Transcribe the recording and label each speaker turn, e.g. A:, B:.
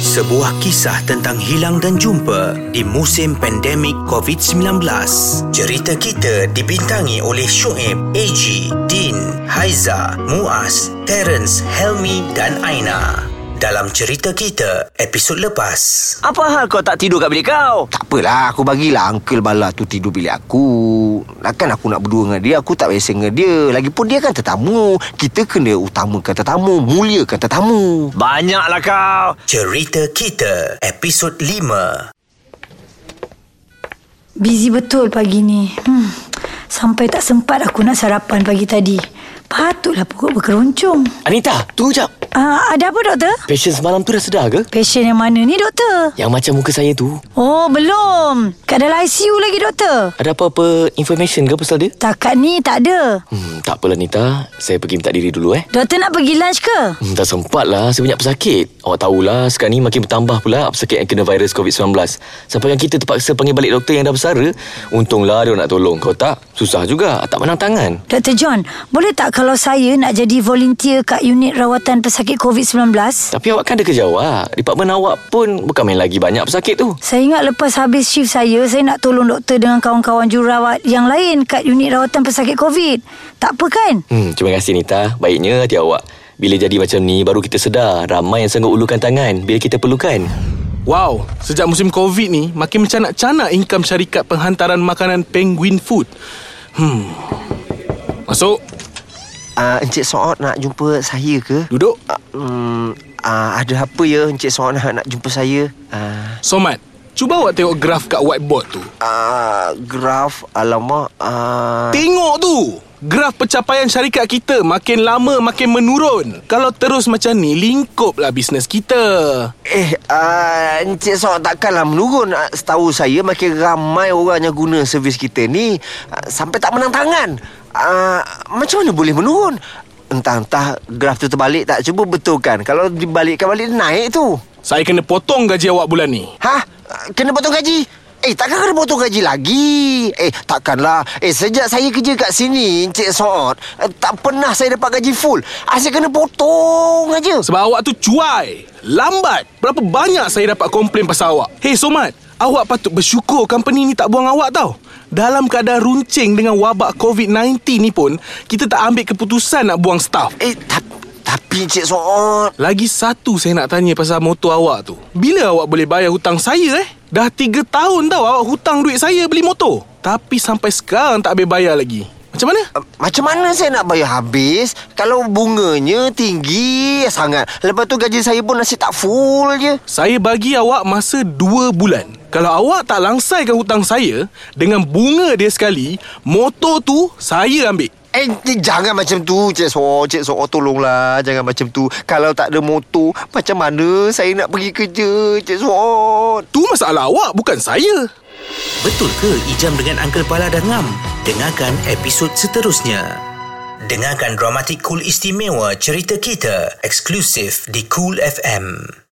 A: Sebuah kisah tentang hilang dan jumpa di musim pandemik COVID-19. Cerita kita dibintangi oleh Shoaib, AG, Din, Haiza, Muaz, Terence, Helmi dan Aina. Dalam cerita kita episod lepas.
B: Apa hal kau tak tidur kat bilik kau?
C: Tak apalah Aku bagilah Uncle Bala tu tidur bilik aku Takkan aku nak berdua dengan dia Aku tak biasa dengan dia Lagipun dia kan tetamu Kita kena utamakan tetamu Muliakan tetamu
B: Banyaklah kau.
A: Cerita kita episod 5.
D: Busy betul pagi ni. Hmm. Sampai tak sempat aku nak sarapan pagi tadi. Patutlah perut berkeroncong.
E: Anita, tunggu jap.
D: Uh, ada apa, doktor?
E: Passion semalam tu dah sedar ke?
D: Pasien yang mana ni, doktor?
E: Yang macam muka saya tu.
D: Oh, belum. Kat dalam ICU lagi, doktor.
E: Ada apa-apa information ke pasal dia?
D: Takat ni tak ada.
E: Hmm, tak apalah Anita. Saya pergi minta diri dulu eh.
D: Doktor nak pergi lunch ke?
E: Hmm, tak sempat lah. Saya banyak pesakit. Awak tahulah sekarang ni makin bertambah pula pesakit yang kena virus COVID-19. Sampai yang kita terpaksa panggil balik doktor yang dah bersara. Untunglah dia nak tolong. Kalau tak, susah juga. Tak menang tangan.
D: Dr. John, boleh tak kalau saya nak jadi volunteer kat unit rawatan pesakit COVID-19?
E: Tapi awak kan ada kerja awak. Department awak pun bukan main lagi banyak pesakit tu.
D: Saya ingat lepas habis shift saya, saya nak tolong doktor dengan kawan-kawan jururawat yang lain kat unit rawatan pesakit COVID. Tak apa kan?
E: Hmm, terima kasih Nita. Baiknya hati awak. Bila jadi macam ni, baru kita sedar ramai yang sanggup ulukan tangan bila kita perlukan.
F: Wow, sejak musim COVID ni, makin mencanak-canak income syarikat penghantaran makanan Penguin Food. Hmm. Masuk,
C: uh, Encik Soot nak jumpa saya ke?
F: duduk.
C: Uh, um, uh, ada apa ya Encik Soot nak, nak jumpa saya? Uh,
F: Somat, cuba awak tengok graf kat whiteboard tu.
C: uh, graf Alamak uh,
F: Tengok tu! Graf pencapaian syarikat kita makin lama makin menurun. Kalau terus macam ni, lingkuplah bisnes kita.
C: Eh, uh, Encik Sok takkanlah menurun Ah, Setahu saya makin ramai orang yang guna servis kita ni ah, Sampai tak menang tangan uh, Macam mana boleh menurun? Entah-entah graf tu terbalik tak Cuba betulkan Kalau dibalikkan balik dia naik tu
F: Saya kena potong gaji awak bulan ni.
C: Hah? Ah, Kena potong gaji? Eh, takkan kena potong gaji lagi? Eh, takkanlah. Eh, sejak saya kerja kat sini, Encik Soot, eh, tak pernah saya dapat gaji full. Asyik kena potong aja.
F: Sebab awak tu cuai Lambat Berapa banyak saya dapat komplain pasal awak Hei Somad Awak patut bersyukur company ni tak buang awak tau Dalam keadaan runcing dengan wabak COVID-19 ni pun Kita tak ambil keputusan nak buang staff
C: Eh, ta- tapi Encik Soot...
F: Lagi satu saya nak tanya pasal motor awak tu Bila awak boleh bayar hutang saya eh? Dah 3 tahun tau awak hutang duit saya beli motor Tapi sampai sekarang tak habis bayar lagi Macam mana?
C: Macam mana saya nak bayar habis Kalau bunganya tinggi sangat Lepas tu gaji saya pun nasi tak full je
F: Saya bagi awak masa 2 bulan. Kalau awak tak langsaikan hutang saya dengan bunga dia sekali, motor tu saya ambil.
C: Eh j- jangan macam tu Cik So Cik So tolonglah Jangan macam tu Kalau tak ada motor Macam mana saya nak pergi kerja Cik So
F: Tu masalah awak bukan saya.
A: Betul ke Ijam dengan Uncle Pala dah ngam? Dengarkan episod seterusnya. Dengarkan dramatik cool istimewa cerita kita eksklusif di Cool FM.